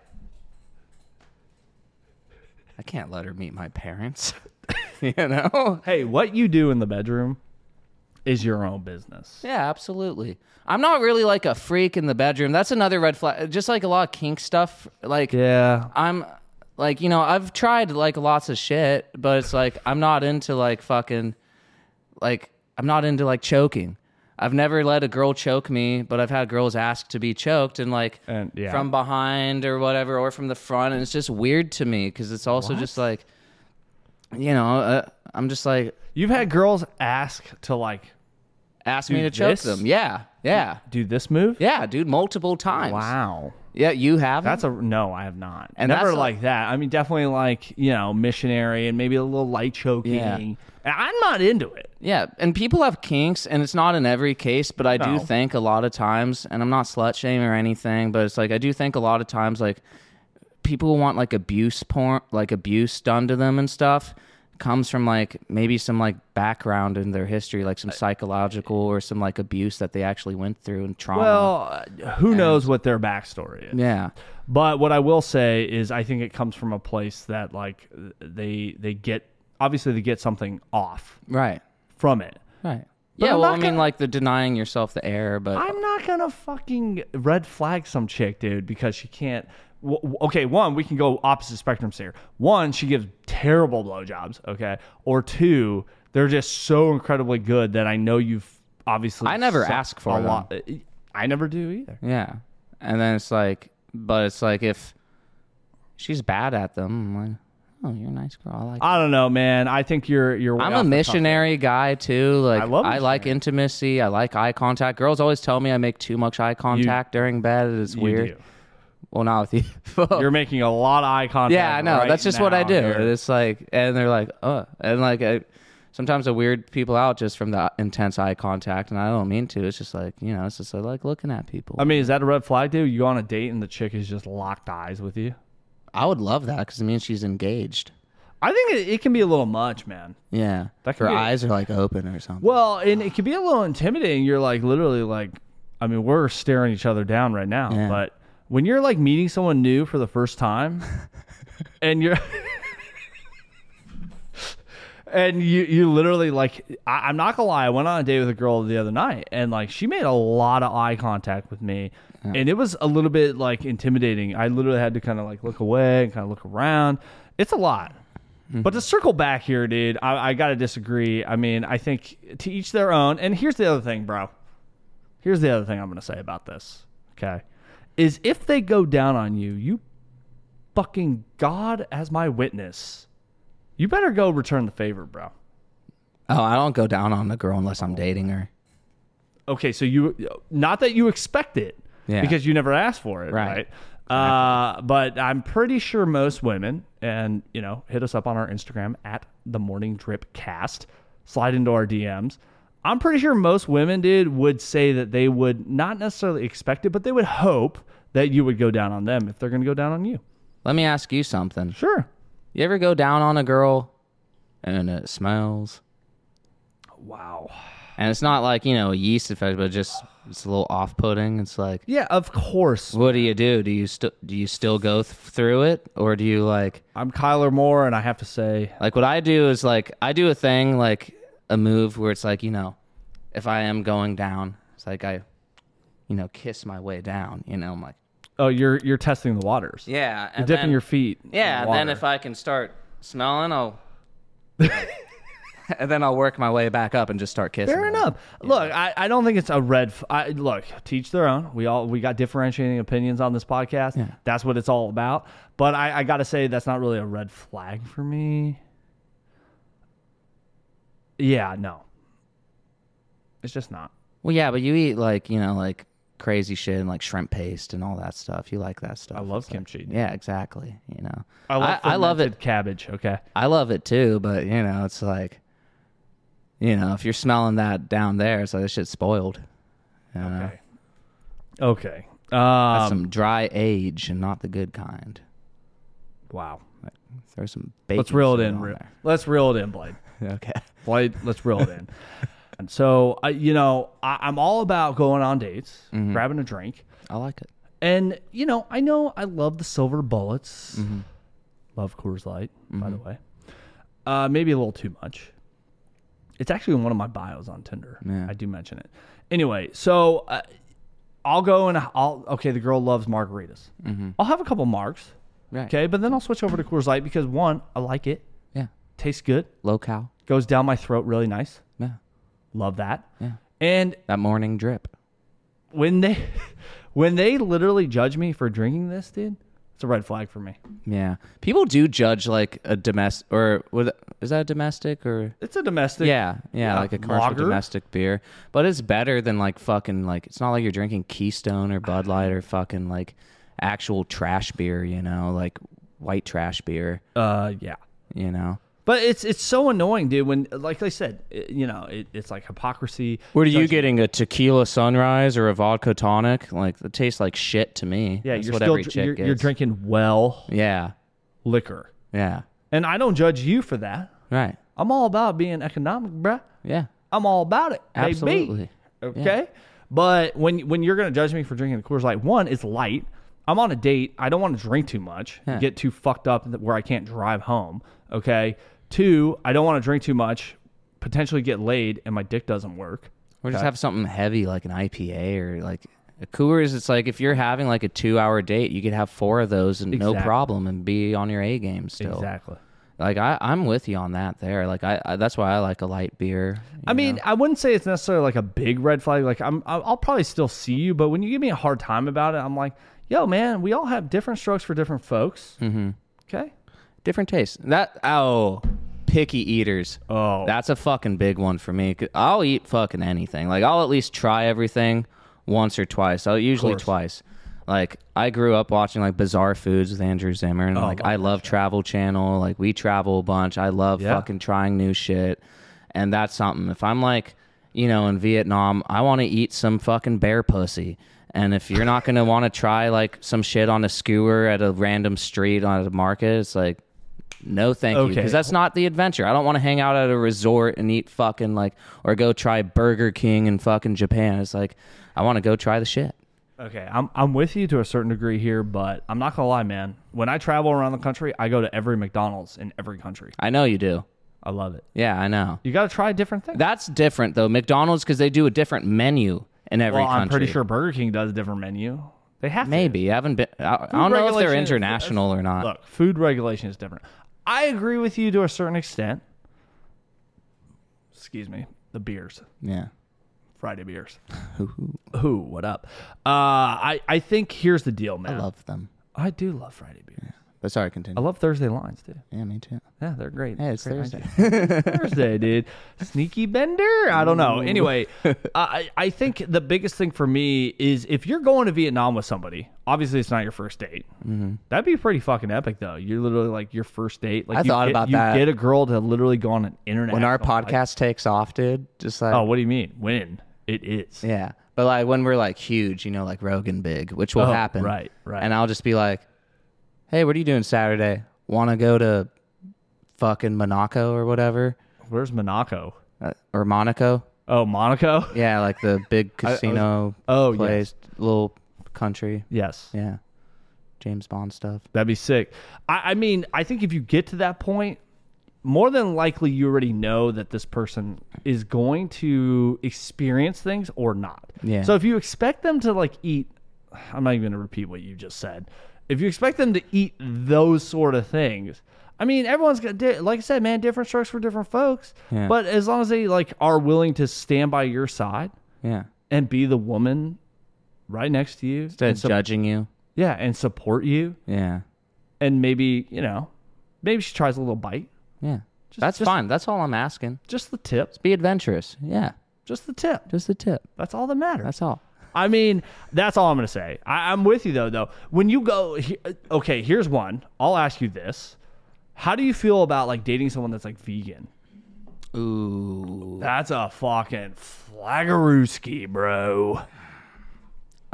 S2: I can't let her meet my parents. you know.
S1: Hey, what you do in the bedroom is your own business.
S2: Yeah, absolutely. I'm not really like a freak in the bedroom. That's another red flag. Just like a lot of kink stuff. Like,
S1: Yeah.
S2: I'm like, you know, I've tried like lots of shit, but it's like I'm not into like fucking like I'm not into like choking. I've never let a girl choke me, but I've had girls ask to be choked and like
S1: And- yeah.
S2: from behind or whatever or from the front and it's just weird to me cuz it's also just like you know, uh, I'm just like
S1: You've had girls ask to like
S2: ask
S1: Do
S2: me to choke
S1: this?
S2: them. Yeah. Yeah.
S1: do this move?
S2: Yeah, dude, multiple times.
S1: Wow.
S2: Yeah, you have.
S1: That's a no, I have not.
S2: And
S1: Never
S2: that's a-
S1: like that. I mean, definitely like, you know, missionary and maybe a little light choking.
S2: Yeah.
S1: And I'm not into it.
S2: Yeah, and people have kinks, and it's not in every case, but I
S1: No.
S2: do think a lot of times, and I'm not slut shaming or anything, but it's like I do think a lot of times, like people want like abuse porn, like abuse done to them and stuff, comes from like maybe some like background in their history, like some psychological or some like abuse that they actually went through and trauma.
S1: Well, uh, who knows what their backstory is.
S2: yeah,
S1: But what I will say is, I think it comes from a place that like they they get obviously they get something off
S2: right,
S1: from it.
S2: right.
S1: But
S2: yeah,
S1: I'm
S2: well, I
S1: not
S2: mean,
S1: gonna-
S2: like the denying yourself the air, but
S1: I'm not gonna fucking red flag some chick, dude, because she can't. w- w- Okay, one, we can go opposite spectrums here. One, she gives terrible blowjobs. Okay, or two, they're just so incredibly good that I know you've obviously.
S2: I never
S1: sucked
S2: ask for
S1: a lot. Uh, I never do either.
S2: Yeah. And then it's like, but it's like if she's bad at them, I'm like, oh, you're a nice girl. I like.
S1: I don't know, man. I think you're you're. way
S2: I'm
S1: off
S2: a
S1: the top.
S2: missionary guy too. Like I,
S1: love
S2: like intimacy. I like eye contact. Girls always tell me I make too much eye contact during bed. It's
S1: You
S2: weird.
S1: do.
S2: Well, not with you.
S1: You're making a lot of eye contact.
S2: yeah, I know.
S1: right
S2: That's just what I
S1: now
S2: do.
S1: here.
S2: It's like, and they're like, oh, and like, I, sometimes I weird people out just from the intense eye contact, and I don't mean to. It's just like, you know, it's just I like looking at people.
S1: I mean, is that a red flag, dude? You go on a date and the chick is just locked eyes with you.
S2: I would love that because it means she's engaged.
S1: I think it, it can be a little much, man.
S2: Yeah,
S1: That could
S2: her
S1: be-
S2: eyes are like open or something.
S1: Well, and it can be a little intimidating. You're like literally like, I mean, we're staring each other down right now.
S2: Yeah.
S1: But when you're like meeting someone new for the first time, and you're and you you literally like, I, I'm not gonna lie. I went on a date with a girl the other night, and like she made a lot of eye contact with me, and it was a little bit like intimidating. I literally had to kind of like look away and kind of look around. It's a lot. But to circle back here, dude, I, I gotta disagree. I mean, I think to each their own. And here's the other thing, bro. Here's the other thing I'm gonna say about this. Okay, is if they go down on you, you fucking God as my witness, you better go return the favor, bro.
S2: oh, I don't go down on the girl unless I'm dating her.
S1: Okay, so you not that you expect it
S2: Yeah.
S1: because you never asked for it, right?
S2: Right.
S1: Uh, but I'm pretty sure most women, and you know, hit us up on our Instagram at the Morning Drip Cast. Slide into our DMs. I'm pretty sure most women, dude, would say that they would not necessarily expect it, but they would hope that you would go down on them if they're going to go down on you.
S2: Let me ask you something.
S1: Sure.
S2: You ever go down on a girl and it smells?
S1: Wow.
S2: And it's not like, you know, a yeast effect, but just it's a little off putting. It's like,
S1: Yeah, of course.
S2: what do you do? Do you still do you still go th- through it or do you like
S1: I'm Kyler Moore, and I have to say,
S2: like what I do is like I do a thing like a move where it's like, you know, if I am going down, it's like I you know, kiss my way down, you know, I'm like
S1: oh, you're you're testing the waters.
S2: yeah,
S1: You're
S2: and
S1: dipping
S2: then-
S1: your feet. in
S2: Yeah, and then
S1: water.
S2: if I can start smelling, I'll and then I'll work my way back up and just start kissing.
S1: Fair
S2: them.
S1: enough. Look, I, I don't think it's a red. F- I, look, teach their own. We all we got differentiating opinions on this podcast. That's what it's all about. But I, I got to say that's not really a red flag for me. Yeah, no, it's just not.
S2: Well, yeah, but you eat like you know like crazy shit and like shrimp paste and all that stuff. You like that stuff.
S1: I love kimchi.
S2: Yeah, exactly. You know,
S1: I love,
S2: I, love
S1: fermented
S2: it.
S1: Cabbage. Okay.
S2: I love it too. But you know, it's like, you know, if you're smelling that down there, it's like this shit's spoiled. You know?
S1: Okay. Okay.
S2: That's
S1: Um,
S2: some dry age and not the good kind.
S1: wow.
S2: Like, throw some bacon.
S1: Let's reel it
S2: soda
S1: in.
S2: on
S1: Re-
S2: there.
S1: Let's reel it in, Blade.
S2: Okay.
S1: Blade, let's reel it in. And so, I, you know, I, I'm all about going on dates, grabbing a drink.
S2: I like it.
S1: And, you know, I know I love the silver bullets. Love Coors Light, by the way. Uh, maybe a little too much. It's actually in one of my bios on Tinder.
S2: Yeah.
S1: I do mention it. Anyway, so uh, I'll go and I'll, okay, the girl loves margaritas. I'll have a couple marks.
S2: Right.
S1: Okay. But then I'll switch over to Coors Light because one, I like it.
S2: Yeah.
S1: Tastes good.
S2: Low cal.
S1: Goes down my throat really nice.
S2: Yeah.
S1: Love that.
S2: Yeah.
S1: And
S2: That morning drip.
S1: when they when they literally judge me for drinking this, dude, it's a red flag for me.
S2: Yeah. People do judge like a domestic or was is that a domestic or
S1: It's a domestic.
S2: yeah, yeah,
S1: Yeah,
S2: like a commercial
S1: lager.
S2: domestic beer. But it's better than like fucking like it's not like you're drinking Keystone or Bud Light or fucking like actual trash beer, you know, like white trash beer,
S1: Uh yeah.
S2: you know.
S1: But it's it's so annoying, dude, when like I said, it- you know, it, it's like hypocrisy.
S2: What are you getting a tequila sunrise or a vodka tonic? Like it tastes like shit to me.
S1: Yeah,
S2: That's
S1: you're
S2: what
S1: still
S2: every
S1: dr-
S2: chick
S1: you're, you're
S2: gets.
S1: drinking well
S2: Yeah.
S1: liquor.
S2: Yeah.
S1: And I don't judge you for that.
S2: Right.
S1: I'm all about being economic, bruh.
S2: Yeah.
S1: I'm all about it. baby.
S2: Absolutely.
S1: Okay. But when when you're gonna judge me for drinking the Coors Light, one, it's light. I'm on a date. I don't want to drink too much.
S2: Yeah.
S1: Get too fucked up that- where I can't drive home. Okay. Two, I don't want to drink too much. Potentially get laid and my dick doesn't work.
S2: Or just have something heavy like an IPA or like a Coors. It's like if you're having like a two hour date, you could have four of those and no
S1: Exactly.
S2: problem and be on your A game still.
S1: Exactly.
S2: Like I, I'm with you on that there. Like I, I that's why I like a light beer.
S1: I mean, I wouldn't say it's necessarily like a big red flag. Like I'm, I'll I'll probably still see you, but when you give me a hard time about it, I'm like, yo, man, we all have different strokes for different folks. Mm-hmm. Okay.
S2: Different taste. That oh, picky eaters.
S1: Oh.
S2: that's a fucking big one for me. 'Cause I'll eat fucking anything. Like I'll at least try everything once or twice. I'll usually
S1: course.
S2: twice. Like I grew up watching like Bizarre Foods with Andrew Zimmer, and like
S1: love
S2: I love Travel Channel. Like we travel a bunch. I love
S1: Yeah.
S2: fucking trying new shit, and that's something. If I'm like, you know, in Vietnam, I want to eat some fucking bear pussy. And if you're not gonna want to try like some shit on a skewer at a random street on a market, it's like, no, thank you,
S1: Okay.
S2: because that's not the adventure. I don't want to hang out at a resort and eat fucking like, or go try Burger King in fucking Japan. It's like, I want to go try the shit.
S1: Okay, I'm I'm with you to a certain degree here, but I'm not gonna lie, man. When I travel around the country, I go to every McDonald's in every country.
S2: I know you do.
S1: I love it.
S2: Yeah, I know.
S1: You got to try different things.
S2: That's different though. McDonald's because they do a different menu in every
S1: well,
S2: country.
S1: I'm pretty sure Burger King does a different menu. They have to.
S2: Maybe I haven't been. I, I don't know if they're
S1: regulation is-
S2: international or not.
S1: Look, food regulation is different. I agree with you to a certain extent. Excuse me, the beers.
S2: Yeah.
S1: Friday beers. Who? What up? Uh, I I think here's the deal, man.
S2: I love them.
S1: I do love Friday beers.
S2: But sorry,
S1: I
S2: continue.
S1: love Thursday lines too.
S2: Yeah, me too.
S1: Yeah, they're great.
S2: Yeah, it's
S1: Great
S2: Thursday.
S1: ideas. Thursday, dude. Sneaky bender. I don't know. Anyway, I I think the biggest thing for me is if you're going to Vietnam with somebody. Obviously, it's not your first date.
S2: Mm-hmm.
S1: That'd be pretty fucking epic, though. You're literally like your first date. Like
S2: I
S1: you
S2: thought
S1: get,
S2: about
S1: you
S2: that.
S1: Get a girl to literally go on an internet.
S2: When our podcast takes off, dude, just like
S1: oh, what do you mean? When it is.
S2: yeah. But like when we're like huge, you know, like Rogan big, which will
S1: Oh,
S2: happen.
S1: right, right.
S2: And I'll just be like, "Hey, what are you doing Saturday? Want to go to fucking Monaco or whatever,
S1: Where's Monaco?
S2: uh, or Monaco?
S1: Oh, Monaco.
S2: Yeah, like the big casino
S1: Oh,
S2: place, little country.
S1: Yes.
S2: Yeah. James Bond stuff.
S1: That'd be sick. I, I mean, I think if you get to that point, more than likely you already know that this person is going to experience things or not.
S2: Yeah.
S1: So if you expect them to like eat, I'm not even going to repeat what you just said. If you expect them to eat those sort of things, I mean, everyone's got, di- like I said, man, different strokes for different folks.
S2: Yeah.
S1: But as long as they like are willing to stand by your side
S2: Yeah.
S1: and be the woman right next to you,
S2: Instead
S1: and
S2: of
S1: sup-
S2: judging you.
S1: yeah, and support you,
S2: Yeah.
S1: and maybe you know, maybe she tries a little bite.
S2: Yeah. That's
S1: just-
S2: fine. That's all I'm asking.
S1: Just the tip.
S2: Be adventurous. Yeah.
S1: Just the tip.
S2: Just a tip.
S1: That's all that matters.
S2: That's all.
S1: I mean, that's all I'm gonna say. I, I'm with you though. Though when you go, he, okay, here's one. I'll ask you this: How do you feel about like dating someone that's like vegan?
S2: Ooh.
S1: That's a fucking flaggerooski, bro.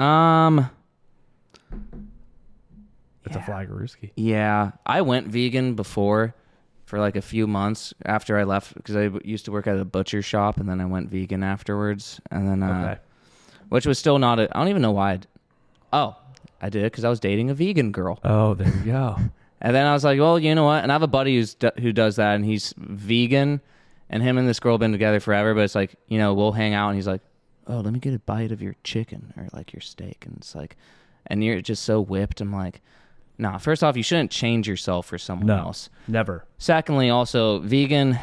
S2: Um
S1: It's a flaggerooski.
S2: yeah, I went vegan before for like a few months after I left because I w- used to work at a butcher shop and then I went vegan afterwards and then uh,
S1: Okay.
S2: which was still not a, I don't even know why. I d- oh, I did it cuz I was dating a vegan girl.
S1: Oh, there you go.
S2: And then I was like, well, you know what? And I have a buddy who's who does that, and he's vegan, and him and this girl have been together forever. But it's like, you know, we'll hang out, and he's like, oh, let me get a bite of your chicken or like your steak, and it's like, and you're just so whipped. I'm like, nah. First off, you shouldn't change yourself for someone
S1: No,
S2: else.
S1: never.
S2: Secondly, also vegan.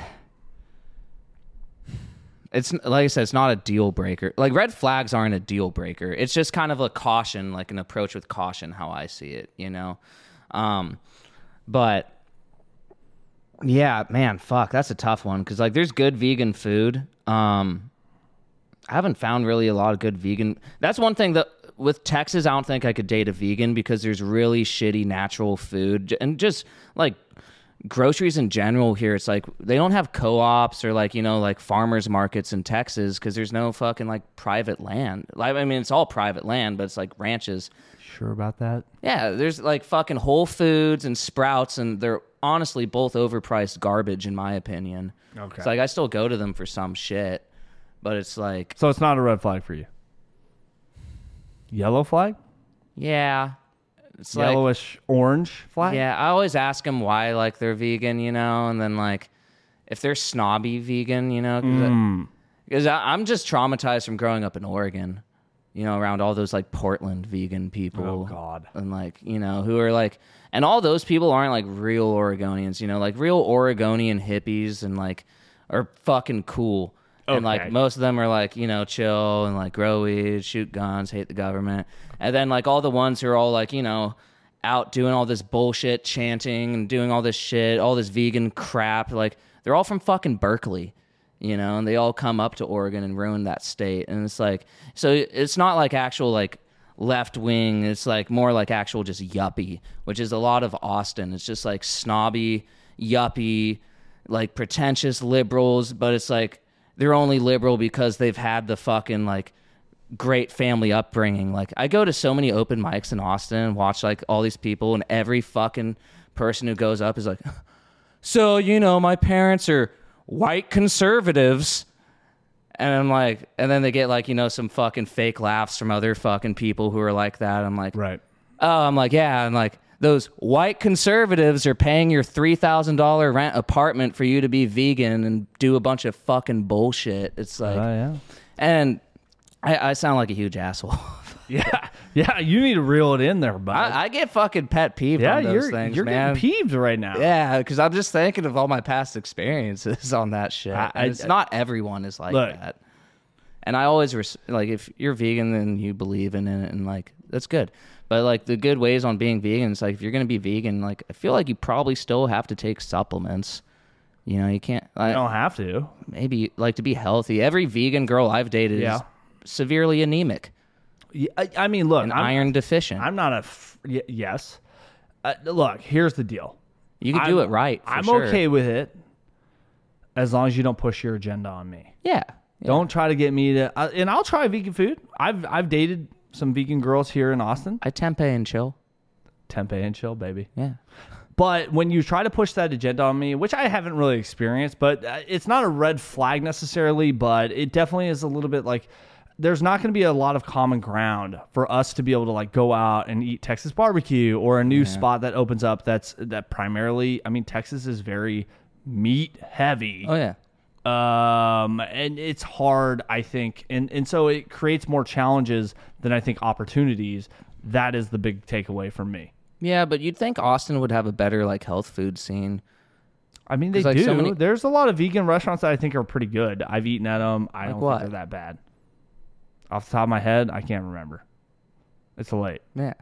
S2: It's like I said, it's not a deal breaker. Like red flags aren't a deal breaker. It's just kind of a caution, like an approach with caution, how I see it, you know? Um, but yeah, man, fuck, that's a tough one. Cause like there's good vegan food. Um, I haven't found really a lot of good vegan. That's one thing that with Texas, I don't think I could date a vegan because there's really shitty natural food j- and just like groceries in general here. It's like they don't have co-ops or like you know like farmers markets in Texas because there's no fucking like private land. Like I mean, it's all private land, but it's like ranches.
S1: Sure about that?
S2: Yeah, there's like fucking Whole Foods and Sprouts, and they're honestly both overpriced garbage, in my opinion.
S1: Okay.
S2: It's like I still go to them for some shit, but it's like,
S1: So it's not a red flag for you. Yellow flag?
S2: yeah. It's like,
S1: Yellowish orange flag?
S2: yeah, I always ask them why, like, they're vegan, you know, and then, like, if they're snobby vegan, you know,
S1: Mm.
S2: because I I'm just traumatized from growing up in Oregon, you know, around all those, like, Portland vegan people.
S1: Oh God.
S2: and like you know who are like and all those people aren't like real oregonians you know like real oregonian hippies and like are fucking cool
S1: Oh,
S2: and like
S1: Okay.
S2: most of them are like you know chill and like grow weed shoot guns hate the government and then like all the ones who are all like you know out doing all this bullshit chanting and doing all this shit all this vegan crap like they're all from fucking berkeley you know and they all come up to oregon and ruin that state and it's like so it's not like actual like left wing. It's like more like actual just yuppie, which is a lot of Austin. It's just like snobby, yuppie, like pretentious liberals, but it's like they're only liberal because they've had the fucking like great family upbringing. Like I go to so many open mics in Austin and watch like all these people, and every fucking person who goes up is like, so you know, my parents are white conservatives. And I'm like, and then they get like, you know, some fucking fake laughs from other fucking people who are like that. I'm like,
S1: Right.
S2: oh, I'm like, yeah. And like, those white conservatives are paying your $3,000 rent apartment for you to be vegan and do a bunch of fucking bullshit. It's like,
S1: Oh yeah.
S2: and I, I sound like a huge asshole.
S1: Yeah. Yeah. You need to reel it in there, bud.
S2: I, I get fucking pet peeved
S1: yeah,
S2: on those
S1: you're
S2: things,
S1: you're
S2: man.
S1: getting peeved right now.
S2: yeah, because I'm just thinking of all my past experiences on that shit.
S1: I-
S2: And it's
S1: I-
S2: not everyone is like
S1: Look.
S2: that. And I always res- like if you're vegan, then you believe in it, and like that's good. But like the good ways on being vegan is like if you're gonna be vegan, like I feel like you probably still have to take supplements. You know, you can't. Like,
S1: You don't have to.
S2: Maybe like to be healthy. Every vegan girl I've dated
S1: Yeah.
S2: is severely anemic.
S1: Yeah, I, I mean, look,
S2: and
S1: I'm,
S2: iron deficient.
S1: I'm not a f- y- yes. Uh, look, here's the deal.
S2: you can do it right. for
S1: I'm
S2: sure.
S1: okay with it as long as you don't push your agenda on me.
S2: Yeah.
S1: Don't try to get me to, uh, and I'll try vegan food. I've I've dated some vegan girls here in Austin,
S2: I tempeh and chill.
S1: tempeh and chill, baby.
S2: Yeah.
S1: But when you try to push that agenda on me, which I haven't really experienced, but uh, it's not a red flag necessarily, but it definitely is a little bit like there's not going to be a lot of common ground for us to be able to like go out and eat Texas barbecue or a new spot that opens up that's that primarily, I mean, Texas is very meat heavy
S2: Oh yeah.
S1: um, and it's hard, I think, and and so it creates more challenges than I think opportunities. That is the big takeaway from me.
S2: Yeah, but you'd think Austin would have a better like health food scene.
S1: I mean, they
S2: 'Cause, like,
S1: do.
S2: so many-
S1: There's a lot of vegan restaurants that I think are pretty good. I've eaten at them. I don't
S2: what?
S1: think they're that bad. Off the top of my head, I can't remember. It's late.
S2: Yeah.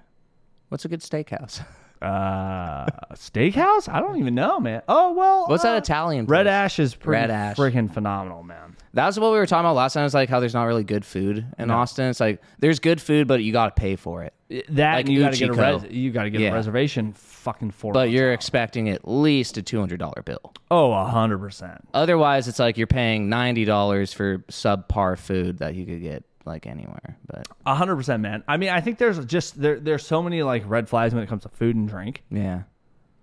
S2: What's a good steakhouse?
S1: Uh, steakhouse? I don't even know, man. Oh well.
S2: What's that
S1: uh,
S2: Italian?
S1: Red
S2: place?
S1: Ash is pretty
S2: Red Ash.
S1: freaking phenomenal, man.
S2: That's what we were talking about last time. It's like how there's not really good food in Austin. It's like there's good food, but you got to pay for it.
S1: That
S2: Like
S1: and you got to get a
S2: Uchiko.
S1: res- you got to get
S2: Yeah.
S1: a reservation fucking for.
S2: But you're expecting at least a two hundred dollar bill.
S1: oh a hundred percent.
S2: Otherwise, it's like you're paying ninety dollars for subpar food that you could get like anywhere. But
S1: A hundred percent, man. I mean, I think there's just there there's so many like red flags when it comes to food and drink
S2: yeah,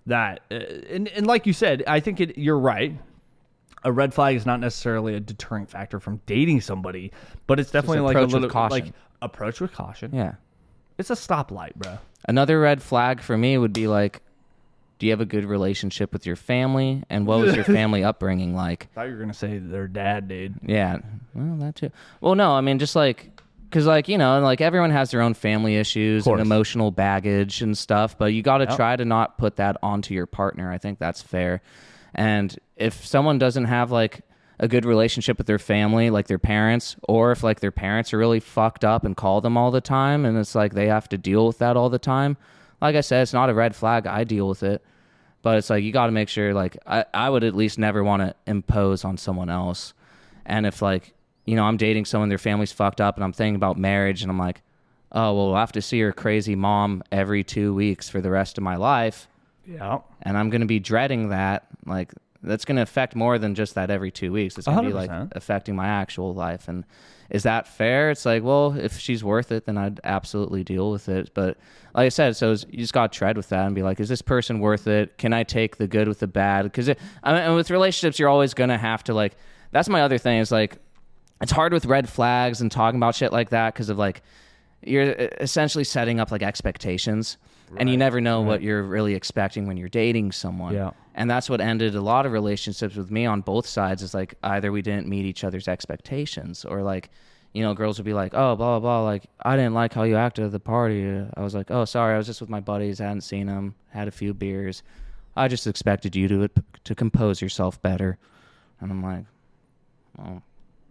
S1: that, uh, and and like you said, I think it, you're right. A red flag is not necessarily a deterring factor from dating somebody, but it's definitely like a
S2: approach with
S1: little
S2: caution.
S1: like approach with caution.
S2: yeah.
S1: It's a stoplight, bro.
S2: Another red flag for me would be like, do you have a good relationship with your family, and what was your family upbringing like?
S1: thought you were gonna say their dad, dude.
S2: Yeah. Well, that too. Well, no, I mean, just like, because, like, you know, like everyone has their own family issues and
S1: course.
S2: emotional baggage and stuff, but you got to try to not put that onto your partner. I think that's fair. And if someone doesn't have, like, a good relationship with their family, like their parents, or if, like, their parents are really fucked up and call them all the time, and it's like they have to deal with that all the time. Like I said, it's not a red flag. I deal with it. But it's like you got to make sure, like, I, I would at least never want to impose on someone else. And if like, you know, I'm dating someone, their family's fucked up, and I'm thinking about marriage, and I'm like, oh well, I have to see her crazy mom every two weeks for the rest of my life,
S1: Yeah,
S2: and I'm gonna be dreading that. Like, that's gonna affect more than just that every two weeks. It's gonna be like
S1: 100%.
S2: affecting my actual life. And is that fair? It's like, well, if she's worth it, then I'd absolutely deal with it. But like I said, so it's- you just got to tread with that and be like, is this person worth it? Can I take the good with the bad? Because I mean, with relationships, you're always gonna have to like. That's my other thing. Is like, it's hard with red flags and talking about shit like that because of like you're e, essentially setting up like expectations and you never know what you're really expecting when you're dating someone
S1: Yeah.
S2: and that's what ended a lot of relationships with me on both sides is like either we didn't meet each other's expectations or like you know girls would be like oh blah blah blah like i didn't like how you acted at the party i was like oh sorry i was just with my buddies i hadn't seen them had a few beers i just expected you to to compose yourself better and i'm like well,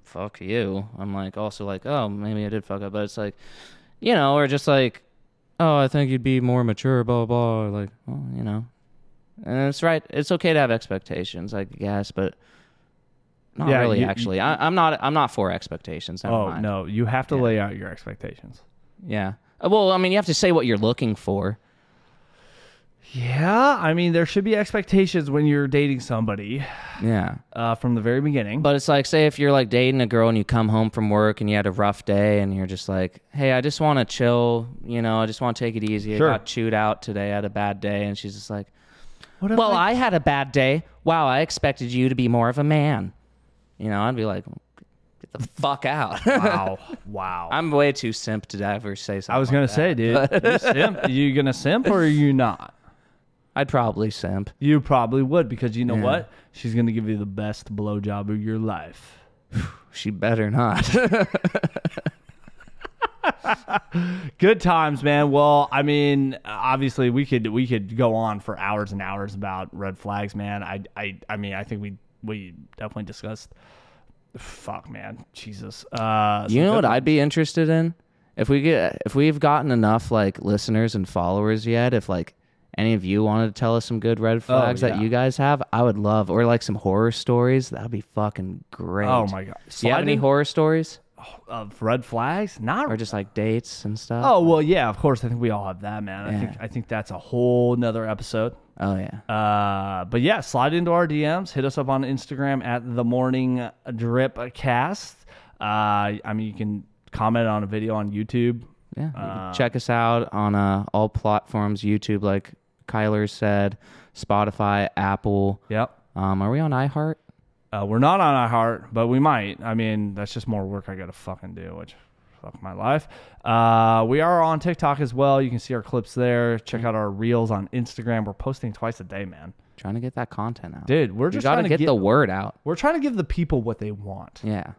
S2: fuck you. I'm like also like, oh, maybe I did fuck up, but it's like, you know, or just like, oh, I think you'd be more mature, blah blah. blah. Like, well, you know, and it's right. It's okay to have expectations, I guess, but not
S1: Yeah,
S2: really.
S1: you-
S2: actually, I, I'm not. I'm not for expectations. Never
S1: Oh
S2: mind.
S1: no, you have to
S2: Yeah.
S1: lay out your expectations.
S2: Yeah, Uh, Well, I mean, you have to say what you're looking for.
S1: Yeah, I mean, there should be expectations when you're dating somebody
S2: Yeah.
S1: uh, from the very beginning.
S2: But it's like, say, if you're like dating a girl and you come home from work and you had a rough day and you're just like, hey, I just want to chill. You know, I just want to take it easy.
S1: Sure.
S2: I got chewed out today. I had a bad day. And she's just like,
S1: What if
S2: well, I had a bad day. Wow, I expected you to be more of a man. You know, I'd be like, get the fuck out.
S1: wow, wow. i
S2: I'm way too simp to ever say something.
S1: was
S2: like
S1: gonna
S2: that.
S1: say, dude, you simp. you gonna simp or are you not?
S2: I'd probably simp.
S1: You probably would because you know
S2: Yeah.
S1: what? She's gonna give you the best blowjob of your life.
S2: She better not.
S1: Good times, man. Well, I mean, obviously we could we could go on for hours and hours about red flags, man. I I I mean, I think we we definitely discussed. Fuck, man, Jesus. Uh, some
S2: you know
S1: good
S2: what I'd be interested in? If we get if we've gotten enough like listeners and followers yet, if like any of you wanted to tell us some good red flags
S1: Oh, yeah.
S2: that you guys have, I would love or like some horror stories, that'd be fucking great.
S1: Oh my God.
S2: Do you have any
S1: Sliding-
S2: horror stories
S1: of red flags? Not
S2: or just like dates and stuff?
S1: Oh well, yeah, of course. I think we all have that, man. I
S2: Yeah.
S1: think I think that's a whole nother episode.
S2: Oh yeah.
S1: Uh, but yeah, slide into our DMs. Hit us up on Instagram at the Morning Drip Cast. Uh, I mean, you can comment on a video on YouTube.
S2: Yeah. you
S1: Uh,
S2: can check us out on uh, all platforms, YouTube like Kyler said, Spotify, Apple.
S1: Yep.
S2: Um, are we on iHeart?
S1: Uh, we're not on our heart, but we might. I mean, that's just more work I got to fucking do, which fuck my life. Uh, we are on TikTok as well. You can see our clips there. Check out our reels on Instagram. We're posting twice a day, man.
S2: Trying to get that content out.
S1: Dude, we're
S2: you
S1: just
S2: gotta
S1: trying to
S2: get,
S1: get
S2: the word out.
S1: We're trying to give the people what they want,
S2: Yeah.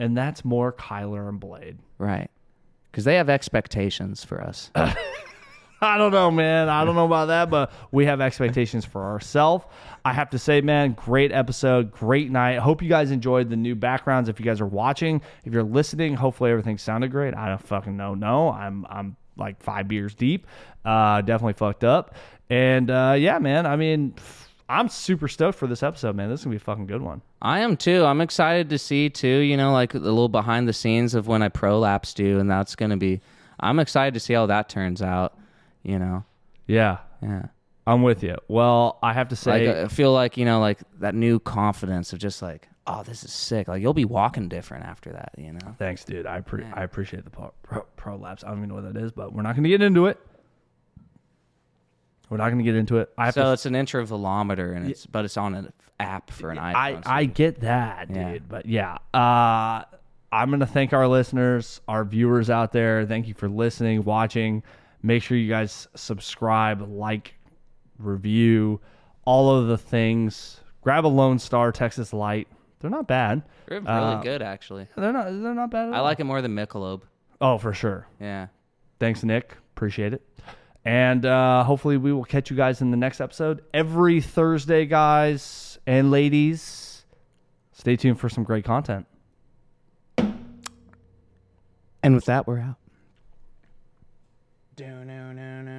S1: and that's more Kyler and Blade.
S2: Right. Because they have expectations for us.
S1: I don't know, man. I don't know about that, but we have expectations for ourselves. I have to say, man, great episode, great night. Hope you guys enjoyed the new backgrounds. If you guys are watching, if you're listening, hopefully everything sounded great. I don't fucking know. No, I'm I'm like five beers deep. Uh, definitely fucked up. And uh, yeah, man. I mean, I'm super stoked for this episode, man. This is gonna be a fucking good one.
S2: I am too. I'm excited to see too, you know, like the little behind the scenes of when I prolapsed you, and that's going to be, I'm excited to see how that turns out, you know?
S1: Yeah,
S2: Yeah.
S1: I'm with you. Well, I have to
S2: Like,
S1: say,
S2: I feel like, you know, like that new confidence of just like, oh, this is sick. Like, you'll be walking different after that, you know?
S1: Thanks, dude. I pre- I appreciate the pro- pro- prolapse. I don't even know what that is, but we're not going to get into it. We're not going to get into it. I have
S2: So
S1: to.
S2: it's an intervalometer, and it's, but it's on an app for an iPhone.
S1: I
S2: so
S1: I get that, dude.
S2: Yeah.
S1: But yeah, uh, I'm going to thank our listeners, our viewers out there. Thank you for listening, watching. Make sure you guys subscribe, like, review, all of the things. Grab a Lone Star Texas Light. They're not bad.
S2: they're really
S1: Uh,
S2: good, actually.
S1: They're not. They're not bad. At
S2: I
S1: all.
S2: like it more than Michelob.
S1: Oh, for sure.
S2: Yeah.
S1: Thanks, Nick. Appreciate it. And uh, hopefully, we will catch you guys in the next episode every Thursday, guys and ladies. Stay tuned for some great content.
S2: And with that, we're out. Do, no, no, no.